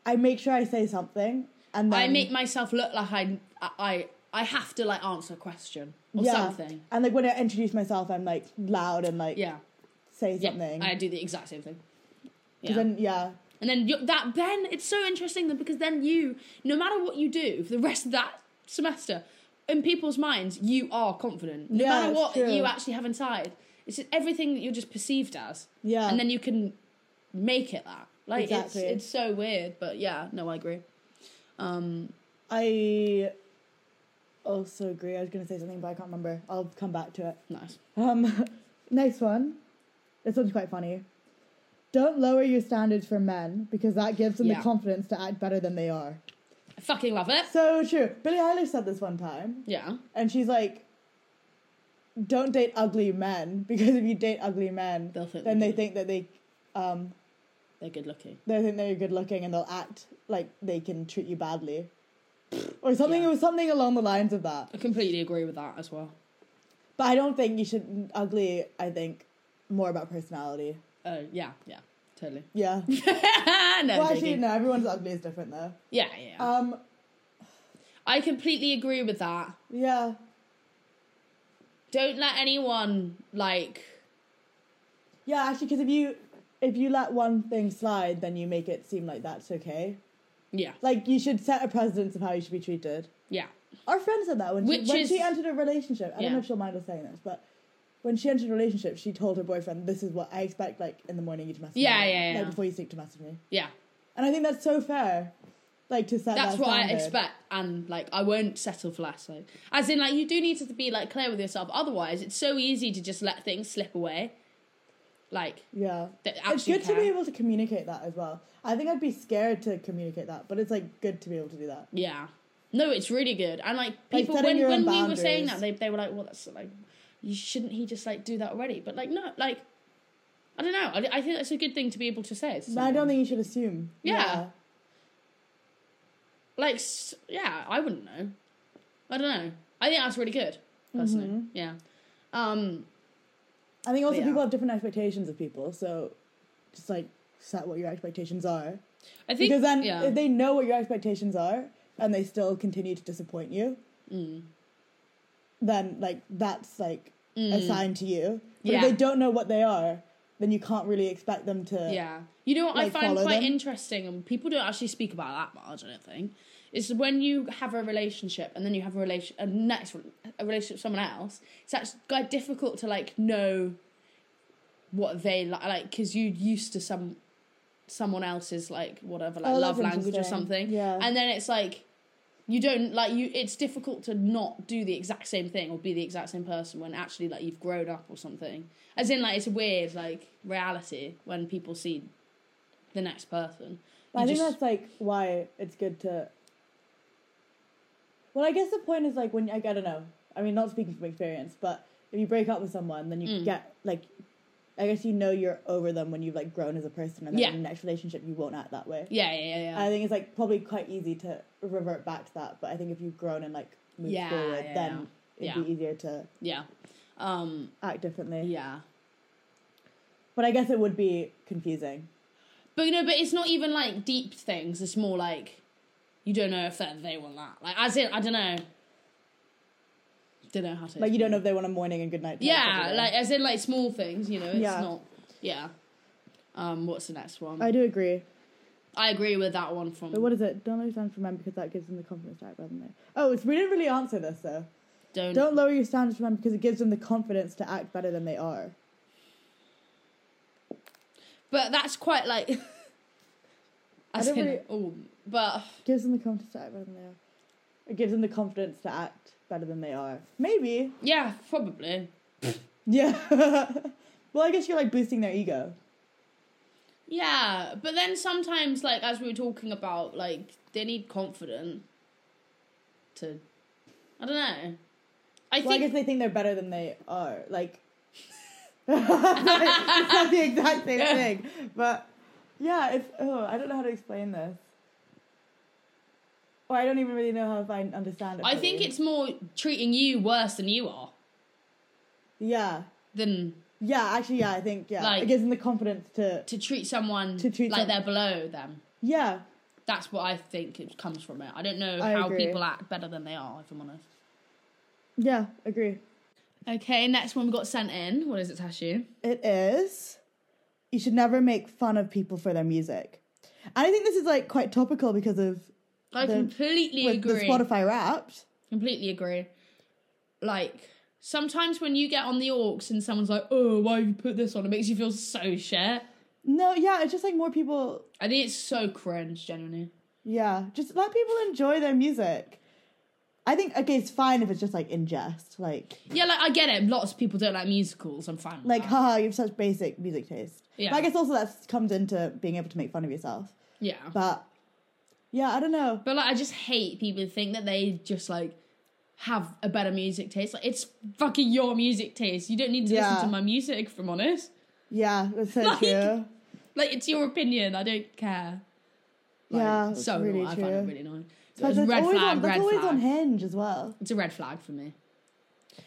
I make sure I say something and then
I make myself look like I I I have to like answer a question or
yeah.
something.
And like when I introduce myself I'm like loud and like
Yeah.
say
Yeah,
something.
I do the exact same thing.
'Cause
Yeah.
then yeah.
and then you that then it's so interesting though because then you, no matter what you do for the rest of that semester, in people's minds you are confident. No
Yeah,
matter
it's
what
true.
you actually have inside, it's just everything that you're just perceived as,
Yeah.
and then you can make it that. Like
Exactly.
it's it's so weird, but yeah, no, I agree. Um,
I also agree. I was going to say something, but I can't remember. I'll come back to it.
nice.
Um, next one. This one's quite funny. Don't lower your standards for men because that gives them
Yeah.
the confidence to act better than they are.
I fucking love it.
So true. Billie Eilish said this one time,
Yeah.
and she's like, "Don't date ugly men because if you date ugly men,
They'll think
then
they're
they think
good.
that they, um,
They're good looking.
they think they're good looking and they'll act like they can treat you badly, or something.
Yeah.
It was something along the lines of that.
I completely agree with that as well.
But I don't think you should ugly. I think more about personality.
Uh, yeah, yeah, totally.
Yeah.
no,
Well,
I'm
actually,
joking.
no, everyone's ugly is different though.
Yeah, yeah.
Um,
I completely agree with that.
yeah.
Don't let anyone like.
Yeah, actually, because if you if you let one thing slide, then you make it seem like that's okay.
Yeah,
Like you should set a precedence of how you should be treated.
yeah,
Our friend said that when
Which
she, when
is-
she entered a relationship. I don't
Yeah.
know if she'll mind us saying this, but when she entered a relationship, she told her boyfriend, "This is what I expect. Like in the morning, you to message
Yeah,
me.
yeah,
like,
yeah.
before you sleep, to message me."
yeah.
And I think that's so fair. Like to set
That's
that
what I
standard.
expect, and like I won't settle for less. Like, as in, like you do need to be like clear with yourself. Otherwise, it's so easy to just let things slip away. Like
Yeah.
that
It's
actually
good to be
care.
able to communicate that as well. I think I'd be scared to communicate that, but it's like good to be able to do that.
Yeah. No, it's really good. And like people
setting
when
your
when
own
we were saying that,
boundaries.
they they were like, Well that's like you shouldn't he just like do that already? But like no, like I don't know. I, I think that's a good thing to be able to say. to
But I don't
someone.
think you should assume.
Yeah. like s- yeah, I wouldn't know. I don't know. I think that's really good. Personally.
Mm-hmm.
Yeah. Um
I think also
yeah.
people have different expectations of people, so just like set what your expectations are.
I think
Because then
yeah.
if they know what your expectations are and they still continue to disappoint you,
Mm.
then like that's like a sign to you. But
Mm. Yeah.
if they don't know what they are, then you can't really expect them to
Yeah. You know what I
Like,
find
follow
quite
them.
interesting, and people don't actually speak about that much, I don't think, is when you have a relationship and then you have a relation a next re- a relationship with someone else, it's actually quite difficult to like know what they like, like because you're used to some someone else's like whatever like
Oh,
love
that's
language or
interesting.
something,
Yeah.
and then it's like you don't like you. It's difficult to not do the exact same thing or be the exact same person when actually like you've grown up or something. As in, like it's a weird like reality when people see the next person.
But I
You
think
just-
that's like why it's good to. Well, I guess the point is like when like, I don't know. I mean, not speaking from experience, but if you break up with someone, then you
Mm.
get like, I guess you know you're over them when you've like grown as a person, and then
Yeah.
in the next relationship you won't act that way.
yeah, yeah, yeah, yeah.
I think it's like probably quite easy to revert back to that, but I think if you've grown and like moved
Yeah,
forward,
yeah,
then
yeah.
it'd be
Yeah.
easier to
yeah. Um,
act differently.
yeah.
But I guess it would be confusing.
But you know, but it's not even like deep things. It's more like you don't know if that they want that. Like as in, I don't know. Don't know how to.
Like you don't know if they want a morning and good night. text
Yeah,
every day.
like as in like small things. You know, it's
Yeah.
not. Yeah. Um, what's the next one?
I
I,
do agree.
agree with that one from.
But what is it? Don't lower standards for men because that gives them the confidence to act better than they. Oh, it's, we didn't really answer this though.
don't,
Don't lower your standards for men because it gives them the confidence to act better than they are.
But that's quite like. as
don't
in,
really-
oh, but
Gives them the confidence to act better than they are. It gives them the confidence to act better than they are. Maybe.
yeah, probably.
Yeah. well, I guess you're like boosting their ego.
Yeah, but then sometimes, like as we were talking about, like they need confident to. I don't know.
Well,
I
I
think
guess they think they're better than they are. Like, it's not the exact same thing. But yeah, it's oh, I don't know how to explain this. Or I don't even really know how if I understand it.
I think
fully.
it's more treating you worse than you are
yeah,
than
yeah. Actually, yeah, I think yeah.
Like-
it gives them the confidence to
to treat someone
To treat
like
some-
they're below them.
yeah.
That's what I think it comes from it. I don't know
I
how
agree.
people act better than they are, if I'm honest.
Yeah, agree.
Okay, next one we got sent in. What is it, Tashu?
It is. You should never make fun of people for their music. And I think this is like quite topical because of
I
The-
completely
with the
agree.
Spotify Wrapped.
Completely agree. Like sometimes when you get on the orcs and someone's like, "Oh, why have you put this on?" It makes you feel so shit.
No, yeah, it's just like more people.
I think it's so cringe, genuinely.
Yeah, just let people enjoy their music. I think okay, it's fine if it's just like in jest, like
Yeah, like I get it. Lots of people don't like musicals. I'm fine. With
like
that.
haha, you have such basic music taste.
Yeah.
But I guess also that comes into being able to make fun of yourself.
yeah, but,
But yeah, I don't know.
like I just hate people who think that they just like have a better music taste. Like it's fucking your music taste. You don't need to
Yeah.
listen to my music. If I'm honest,
Yeah, that's so
Like-
true.
like it's your opinion. I don't care.
yeah, that's
so
really
annoying. I
true.
find it really annoying. So
But
it's
that's
red
always
flag.
on, that's
red
always
flag.
on Hinge as well.
It's a red flag for me.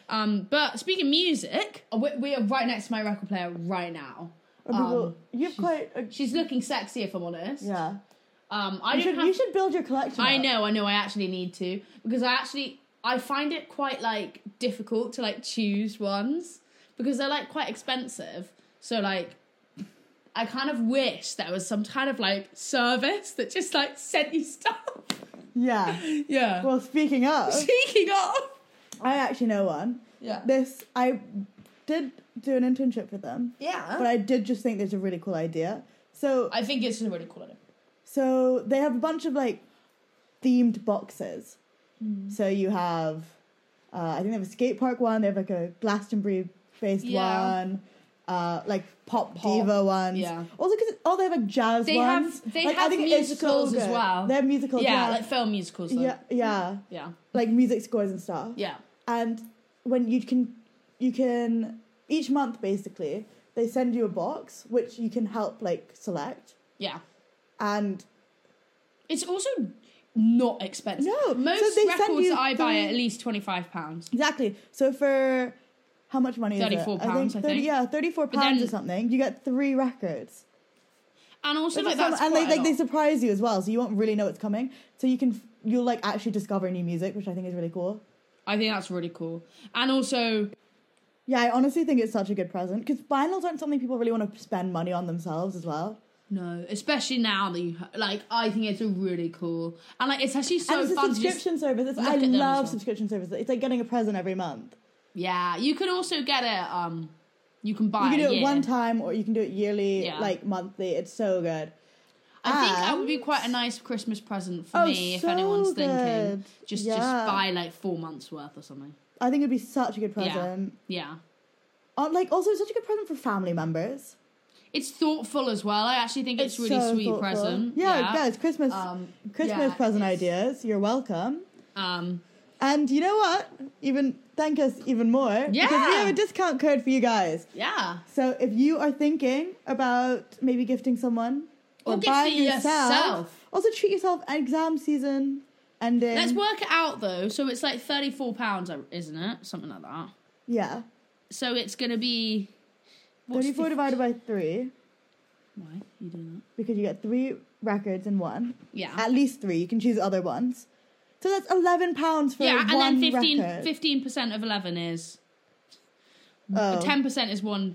uh, Um, but speaking of music, we, we are right next to my record player right now.
And people, you've quite a,
She's looking sexy, if I'm honest.
yeah.
Um, I
You
don't
should,
have
you should build your collection.
I
up.
know, I know. I actually need to because I actually I find it quite like difficult to like choose ones because they're like quite expensive. So like, I kind of wish there was some kind of like service that just like sent you stuff.
Yeah.
Yeah.
Well, uh, speaking of,
Speaking of,
I actually know one.
yeah,
This I did do an internship with them,
yeah.
but I did just think there's a really cool idea. So
I think it's a really cool idea.
So they have a bunch of like themed boxes.
Hmm.
So you have, uh, I think they have a skate park one. They have like a Glastonbury based
Yeah.
one. Uh, like pop,
Pop,
diva ones.
yeah.
Also, because all they have like jazz
They have-
ones.
they
Like, I
have
think it's
musicals as
good.
well.
They have musicals.
Yeah,
Yeah,
like film musicals. Though.
yeah, yeah,
yeah,
like music scores and stuff.
yeah.
And when you can, you can each month basically they send you a box which you can help like select
yeah.
and
It's also not expensive.
No, so
most
they send
records
you
I buy
three-
are at least twenty five pounds.
Exactly. So for how much money is it?
34 pounds, I think.
Yeah, thirty-four
But
pounds
then-
or something. You get three records,
And also, like,
It's some-
that's
and
quite
they
a
like they
lot.
surprise you as well, so you won't really know what's coming. So you can f- you'll like actually discover new music, which I think is really cool.
I think that's really cool. And also,
Yeah, I honestly think it's such a good present because vinyls aren't something people really want to spend money on themselves as well.
no, especially now that you like, I think it's a really cool and like it's actually so
and it's a
fun. to just,
subscription service. It's,
look
I
at them as
love
well.
subscription service. It's like getting a present every month.
yeah, you can also get it. Um, you can buy.
You can
a
do it
year.
one time or you can do it yearly,
Yeah.
like monthly. It's so good.
I think that would be
And-
quite a nice Christmas present for
Oh,
me if
so
anyone's thinking
good.
just just
Yeah.
buy like four months worth or something.
I think it'd be such a good
Yeah.
present.
Yeah,
Uh, like also such a good present for family members.
it's thoughtful as well. I actually think it's, really
so
sweet
thoughtful.
present.
Yeah, guys, Christmas
Um,
Christmas
yeah,
present
it's-
ideas. You're welcome.
Um,
And you know what? Even thank us even more because we
Yeah.
have a discount code for you guys.
yeah.
So if you are thinking about maybe gifting someone
Or
or,
gift
buying
it
yourself,
yourself.
also treat yourself. Exam season ending.
Let's work it out though. So it's like thirty four pounds, uh, isn't it? Something like that.
Yeah,
So it's gonna be what's
thirty-four
the-
divided by three
Why you doing
because you get three records in one.
that? Yeah.
At least three. You can choose other ones. So that's eleven pounds for
yeah,
one
and then
record.
15 percent of eleven is uh,
Oh.
ten percent is one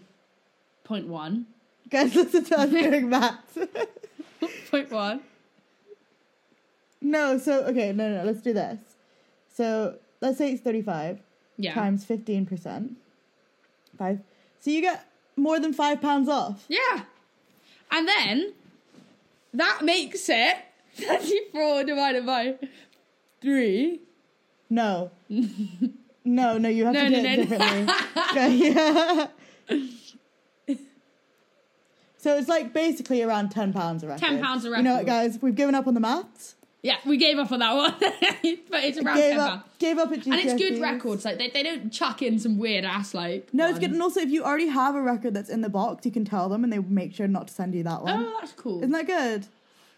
point one.
Guys, listen to us doing maths.
Point one.
no, so okay, no, no, no, let's do this. So let's say it's thirty-five
Yeah.
times fifteen percent. Five. So you get more than five pounds off.
Yeah. And then that makes it thirty four divided by three.
No. no, no, you have
No,
to
no,
do
no,
it
no.
differently. Okay, yeah. So it's like basically around ten pounds a record.
pounds a
You know what,
record.
guys? We've given up on the maths.
Yeah, we gave up on that one. but it's around
Gave
ten
up.
pounds.
Gave up at GCSEs.
And it's good records. Like they, they don't chuck in some weird ass like
No, it's
one.
good. And also, if you already have a record that's in the box, you can tell them and they make sure not to send you that one.
Oh, that's cool.
Isn't that good?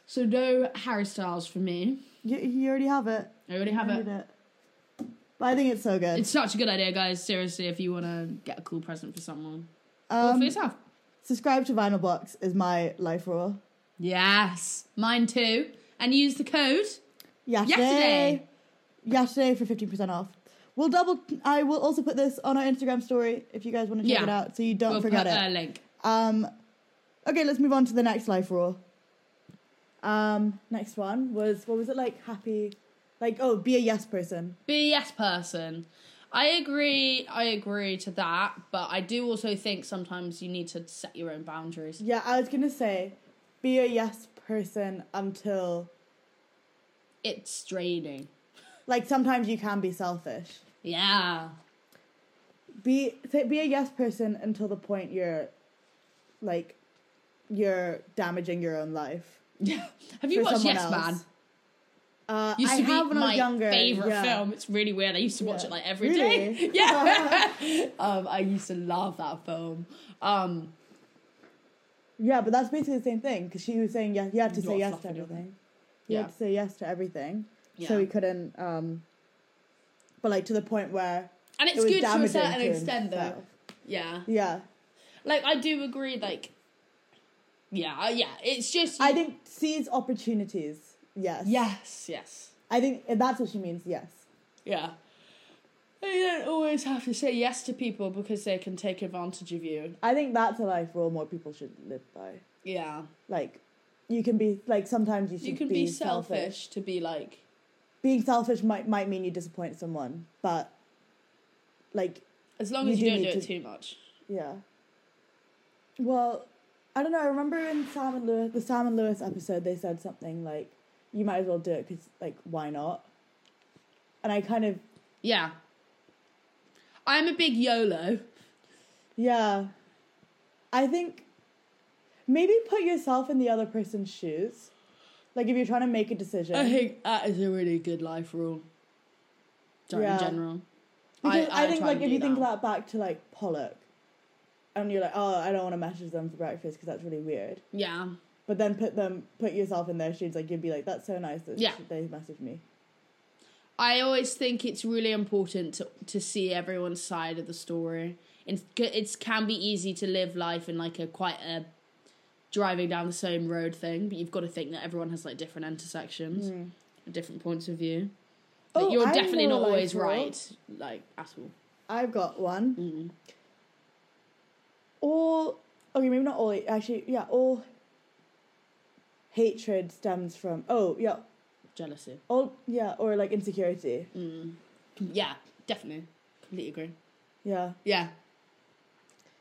So no Harry Styles for me.
You, you already have it.
I already have
You
it.
need it. But I think it's so good.
It's such a good idea, guys. Seriously, if you want to get a cool present for someone or for
um,
yourself.
subscribe to Vinyl Box is my life rule.
Yes, mine too. And use the code.
Yesterday.
Yesterday.
Yesterday for 15% off. We'll double. I will also put this on our Instagram story if you guys want to check
Yeah.
it out so you don't
we'll
forget
put
it.
a link.
Um, okay, let's move on to the next life rule. Um, next one was what was it like? Happy, like oh, be a yes person.
Be a yes person. I agree. I agree to that, but I do also think sometimes you need to set your own boundaries.
Yeah, I was gonna say, be a yes person until
It's draining.
like sometimes you can be selfish.
Yeah.
Be say, be a yes person until the point you're, like, you're damaging your own life.
Have you
for
watched
someone
Yes
else.
Man?
Uh,
Used
I
to be
have when I
my
was younger.
favorite
yeah.
film. It's really weird. I used to watch
Yeah.
it like every day.
Really?
Yeah. um, I used to love that film. Um,
Yeah, but that's basically the same thing because she was saying yes. You had to
You
say
are
yes to
fluffing your-
everything. You
Yeah.
had to say yes to everything.
Yeah.
So we couldn't. um But like to the point where
and it's
it was
good to a
damaging
certain
to
extent, though.
himself.
Yeah.
Yeah,
Like I do agree. Like yeah, uh, yeah. It's just
I think sees opportunities. Yes.
yes, yes,
I think that's what she means. Yes.
yeah. You don't always have to say yes to people because they can take advantage of you.
I think that's a life rule more people should live by.
Yeah,
Like, you can be like sometimes you should
you can be, selfish, to be like,
Being selfish might might mean you disappoint someone, but like
as long
You
as you,
do
don't do
need
it
to-
too much.
Yeah. Well, I don't know. I remember in Sam and Lewis, the Sam and Lewis episode, they said something like, "You might as well do it because, like, why not?" And I kind of,
Yeah, I'm a big YOLO.
yeah. I think maybe put yourself in the other person's shoes. Like, if you're trying to make a decision,
I think that is a really good life rule. Sorry,
Yeah.
in general.
Because I, think
try
like
and
if
do
you think that back to like Pollock, and you're like, oh, I don't want to message them for breakfast because that's really weird.
yeah,
But then put them, put yourself in their shoes. Like you'd be like, that's so nice that
Yeah.
they messaged me.
I always think it's really important to to see everyone's side of the story. It's it can be easy to live life in like a quite a driving down the same road thing, but you've got to think that everyone has like different intersections, and different points of view. That
Hmm. Oh,
you're
I
definitely
know a
not
life
always
rule.
right, Mm-hmm. like at all.
I've got one. All okay, maybe not all. Actually, yeah, all hatred stems from oh yeah,
Jealousy.
all yeah, or like insecurity.
Mm. Yeah, definitely. Completely agree.
Yeah,
Yeah.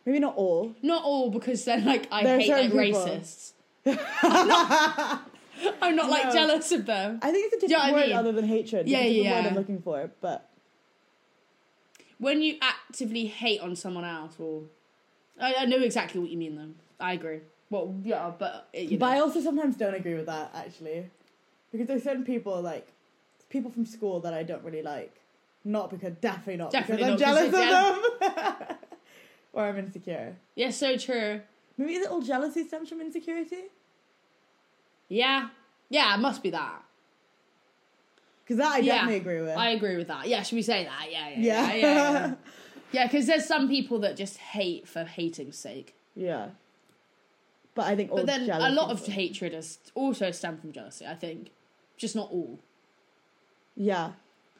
maybe not all.
Not all, because then like I
There are
hate like
certain people.
racists. I'm not, I'm not, like
No.
jealous of them.
I think it's a
Do you know
different
what I
word
mean?
other than hatred.
Yeah,
it's a different
yeah,
Word
yeah.
I'm looking for, but
When you actively hate on someone else, or I, I know exactly what you mean though. I agree. Well, yeah, but uh, you know.
but I also sometimes don't agree with that actually, because there's certain people like people from school that I don't really like. Not because definitely not
Definitely
because
not,
I'm
'cause
jealous of them, or I'm insecure.
yeah, so true.
Maybe is it all jealousy stems from insecurity?
Yeah, yeah, it must be that.
Because that I
yeah,
definitely agree with.
I agree with that. Yeah, should we say that? Yeah, yeah,
yeah.
yeah, yeah. Yeah, because there's some people that just hate for hating's sake.
Yeah. But I think all
But then a
jealousy
lot of
stems-
hatred is also stem from jealousy. I think, just not all.
yeah.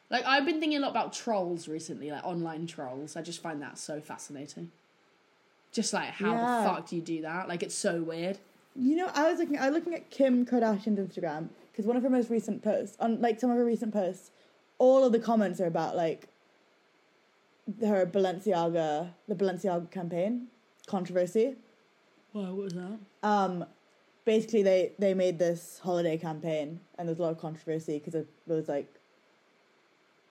Like I've been thinking a lot about trolls recently, like online trolls. I just find that so fascinating. Just like how
Yeah.
the fuck do you do that? Like it's so weird.
You know, I was looking. I was looking at Kim Kardashian's Instagram because one of her most recent posts, on like some of her recent posts, all of the comments are about like her Balenciaga, the Balenciaga campaign controversy.
Why what was that?
Um, basically, they they made this holiday campaign, and there's a lot of controversy because it was like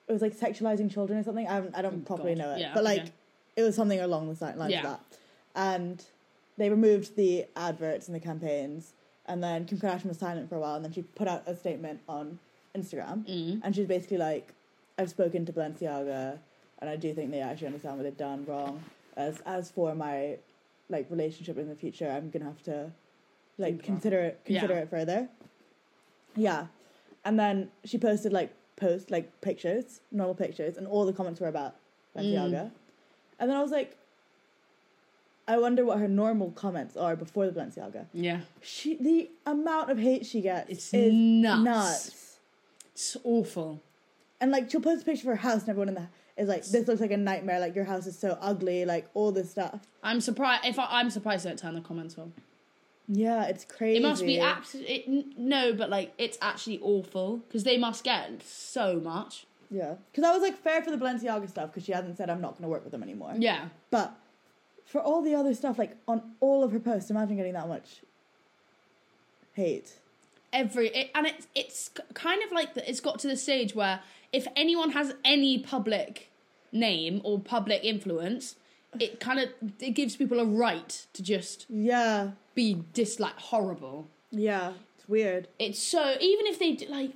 it was like sexualizing children or something. I don't, I don't properly
Mm, God.
know it,
Yeah,
but like
okay.
it was something along the si- lines
Yeah.
of that. And they removed the adverts and the campaigns, and then Kim Kardashian was silent for a while, and then she put out a statement on Instagram,
Mm.
and she's basically like, "I've spoken to Balenciaga, and I do think they actually understand what they've done wrong. As as for my like relationship in the future, I'm gonna have to like
Think about
consider it consider
Yeah.
it further." Yeah, and then she posted like posts like pictures, normal pictures, and all the comments were about Balenciaga.
Mm.
And then I was like, I wonder what her normal comments are before the Balenciaga.
Yeah,
She the amount of hate she gets
It's
is
nuts.
nuts.
it's awful.
And like she'll post a picture of her house and everyone in the is like, this looks like a nightmare, like your house is so ugly, like all this stuff.
I'm surprised. If I, I'm surprised they don't turn the comments on,
Yeah, it's crazy.
it must be absolutely no, but like it's actually awful because they must get so much.
Yeah. Because I was like fair for the Balenciaga stuff because she hasn't said I'm not gonna work with them anymore.
Yeah,
But for all the other stuff, like on all of her posts, imagine getting that much hate.
every it, and it's it's k- kind of like that. It's got to the stage where if anyone has any public name or public influence, it kind of it gives people a right to just
Yeah.
be dis like horrible.
Yeah. It's weird.
It's so even if they do, like,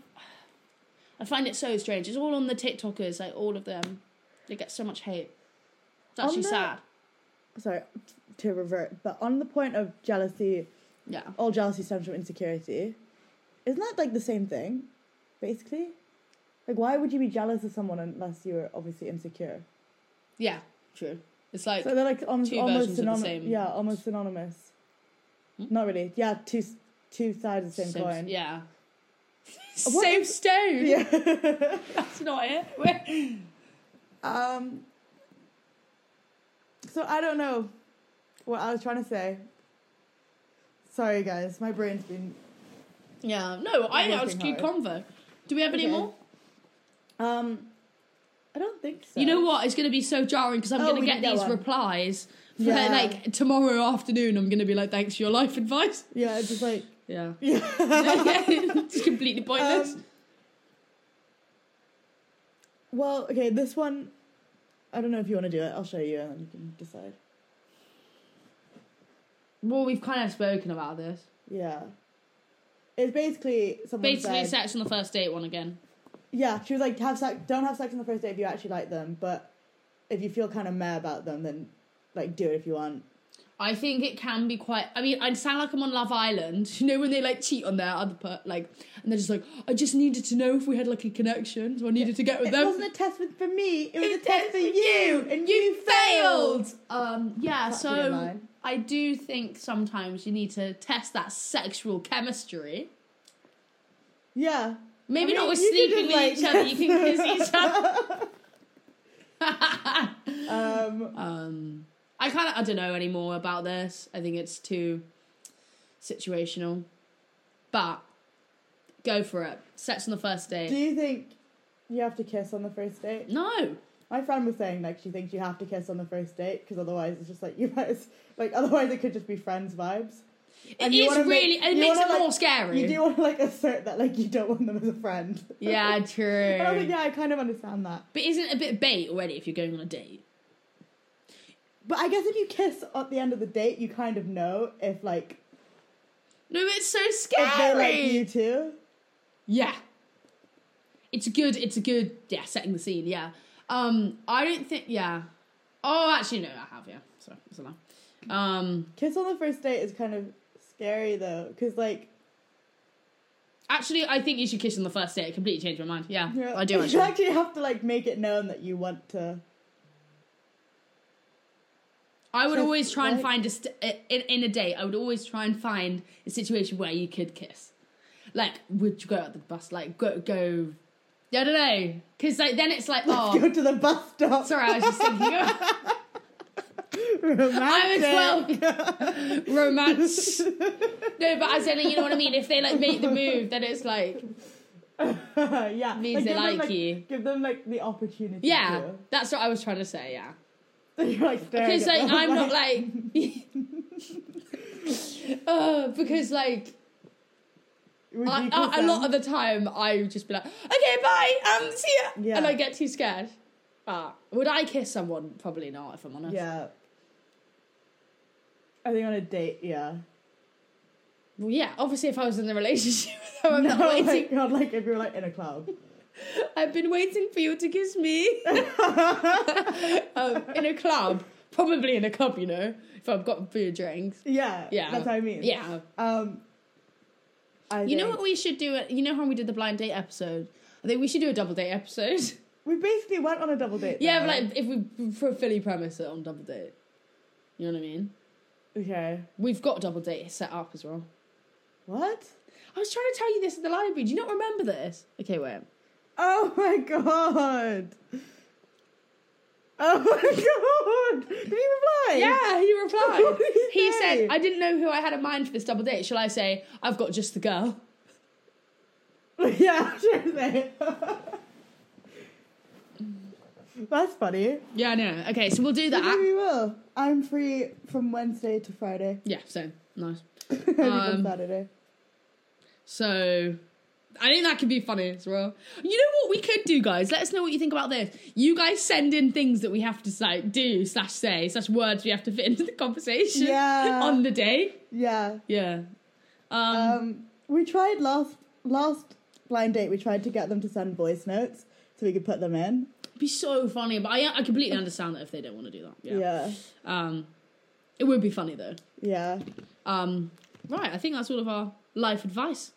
I find it so strange. It's all on the TikTokers, like all of them. They get so much hate. It's
On
actually
the-
sad.
sorry to revert, but on the point of jealousy,
Yeah.
all jealousy stems from insecurity. Isn't that like the same thing, basically? Like, why would you be jealous of someone unless you were obviously insecure?
Yeah. True. It's like
So they're like almost,
Two
almost
versions of the
synonymous.
same. Hmm?
Yeah, almost synonymous. Not really. Yeah, two two sides of the same,
Same-
coin.
Yeah.
What
Same
is-
stone.
Yeah.
That's not it. We're-
um. So I don't know what I was trying to say. Sorry, guys, my brain's been.
Yeah. No, I think I was
Working
good
hard.
convo. Do we have any
Okay.
more?
Um, I don't think so.
You know what? It's going to be so jarring because I'm
Oh,
going to
we
get
did get
these
one.
replies. For
Yeah.
Like tomorrow afternoon, I'm going to be like, thanks for your life advice.
Yeah, it's just like
Yeah.
yeah.
it's completely pointless.
Um, well, okay, this one. I don't know if you want to do it. I'll show you, and then you can decide.
well, we've kind of spoken about this.
Yeah. It's basically someone
Basically,
said,
sex on the first date one again.
yeah, she was like, have sex, don't have sex on the first date if you actually like them, but if you feel kind of meh about them, then like do it if you want.
I think it can be quite. I mean, I sound like I'm on Love Island. You know when they like cheat on their other per, like, and they're just like, I just needed to know if we had like a connection, so I needed to get with
It
them.
wasn't a test with, for me, it was
It
a test for you, and you, failed.
Um, yeah,
That's really
so
mine.
I do think sometimes you need to test that sexual chemistry.
Yeah.
Maybe
I mean,
not with
you could
sleeping with
just,
each
like-
other. You can kiss each other.
Um,
Um, I kind of I don't know anymore about this. I think it's too situational, but go for it. Sex on the first
do
date.
you think you have to kiss on the first date?
No,
My friend was saying like she thinks you have to kiss on the first date because otherwise it's just like you guys like otherwise it could just be friends vibes.
it
you
is
wanna make-
really. it
you
makes it
wanna, like-
more scary.
You do want to like assert that like you don't want them as a friend.
yeah,
And I was like,
true.
yeah, I kind of understand that.
But isn't it a bit bait already if you're going on a date?
But I guess if you kiss at the end of the date, you kind of know if like
No, it's so
if they like
scary.
you too.
Yeah. It's a good, it's a good, yeah, setting the scene, yeah. Um, I don't think, yeah. Oh, actually, no, I have, yeah. Sorry, it's a lie. Um,
Kiss on the first date is kind of scary though, because like
actually, I think you should kiss on the first date. It completely changed my mind. Yeah,
you know,
I do
you
actually.
actually have to like make it known that you want to.
I would
Kiss,
always try and
right?
find a, st- i- in, in a date, I would always try and find a situation where you could kiss. Like, would you go out the bus? Like, go, go, I don't know. Because like, then it's like, oh,
Go to the bus stop.
sorry, I was just thinking. I'm
Romantic.
a 12 romance. No, but as in, you know what I mean? If they like make the move, then it's like,
yeah,
Means they
give
like
them, like
you.
Give them like the opportunity.
yeah,
to.
that's what I was trying to say, yeah.
You're like staring.
Because
at
like,
them,
I'm not like. uh, because like,
Would
I,
you
I, uh, a
consent?
lot of the time I would just be like, okay, bye, um, see ya.
Yeah.
And I get too scared. But would I kiss someone? Probably not, if I'm honest.
Yeah. I think on a date, yeah.
Well, yeah, obviously, if I was in a relationship with them, I'm
No,
not waiting.
like, God, like if you were like in a club.
I've been waiting for you to kiss me. um, in a club. Probably in a club, you know, if I've got food drinks.
Yeah.
Yeah.
That's what I mean.
Yeah.
Um. I
You know
think-
what we should do? You know how we did the blind date episode? I think we should do a double date episode.
we basically went on a double date.
yeah, but
though.
like if we for Philly premise it on double date. You know what I mean?
Okay.
We've got double date set up as well.
What?
I was trying to tell you this at the library. Do you not remember this? Okay, wait.
Oh my god. Oh my god. Did you reply?
Yeah, he replied.
What did he
he
say?
said, I didn't know who I had in mind for this double date. Shall I say, I've got just the girl?
Yeah, sure thing. That's funny.
Yeah, I know. Okay, so we'll do
Maybe
that.
we will. I'm free from Wednesday to Friday.
Yeah, so nice.
Maybe
Um,
on Saturday.
So I think that could be funny as well. You know what we could do, guys? Let us know what you think about this. You guys send in things that we have to like do slash say slash words we have to fit into the conversation
Yeah.
on the day.
Yeah.
Yeah. Um,
Um, we tried last last blind date. We tried to get them to send voice notes so we could put them in.
it'd be so funny, but I I completely understand that if they don't want to do that. Yeah.
Yeah.
Um, it would be funny though.
Yeah.
Um, right. I think that's all of our life advice.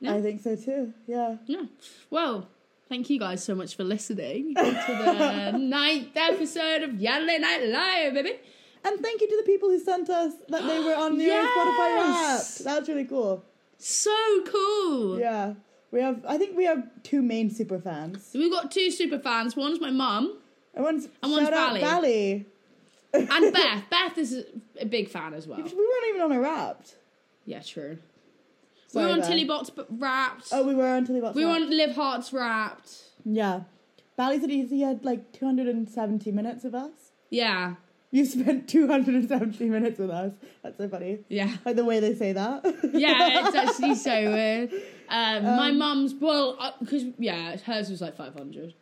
Yeah.
I think so too. Yeah.
Yeah. Well, thank you guys so much for listening to the ninth episode of Yalla Night Live, baby.
And thank you to the people who sent us that they were on the
Yes!
Spotify app. That's really cool.
So cool.
Yeah. We have I think we have two main super fans.
We've got two super fans. One's my mum
And one's,
And one's
shout out Bally.
Bally. and Beth. Beth is a big fan as well.
We weren't even on a wrapped.
Yeah, true.
Sorry,
we were on
Beth.
Tillybots but wrapped.
Oh, we were on Tilly Bots.
we were
Wrapped.
on Live Hearts wrapped.
Yeah. Bally said he, he had like 270 minutes of us.
Yeah.
You spent 270 minutes with us. That's so funny.
Yeah.
Like the way they say that.
Yeah, it's actually so weird. Um, my mum's, well, because, yeah, hers was like 500.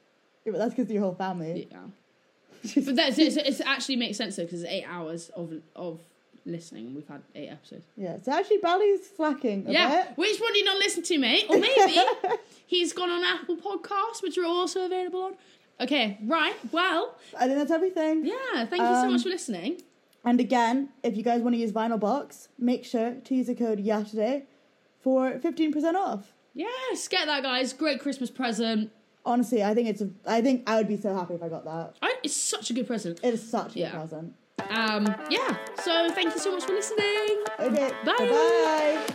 Yeah, but that's because your whole family.
Yeah. But that's it. So it's- it actually makes sense though, because it's eight hours of of listening. We've had eight episodes.
Yeah. So actually, Bally's slacking a
yeah.
bit.
Which one do you not listen to, mate? Or maybe he's gone on Apple Podcasts, which are also available on. Okay, right. Well,
I think that's everything.
yeah. Thank you so
Um,
much for listening.
And again, if you guys want to use Vinyl Box, make sure to use the code YATODAY for 15% off.
Yes, get that, guys. Great Christmas present.
Honestly, I think it's a, I think I would be so happy if I got that.
I, it's such a good present.
It is such a
Yeah.
good present.
Um, yeah. So thank you so much for listening.
Okay.
Bye.
Bye.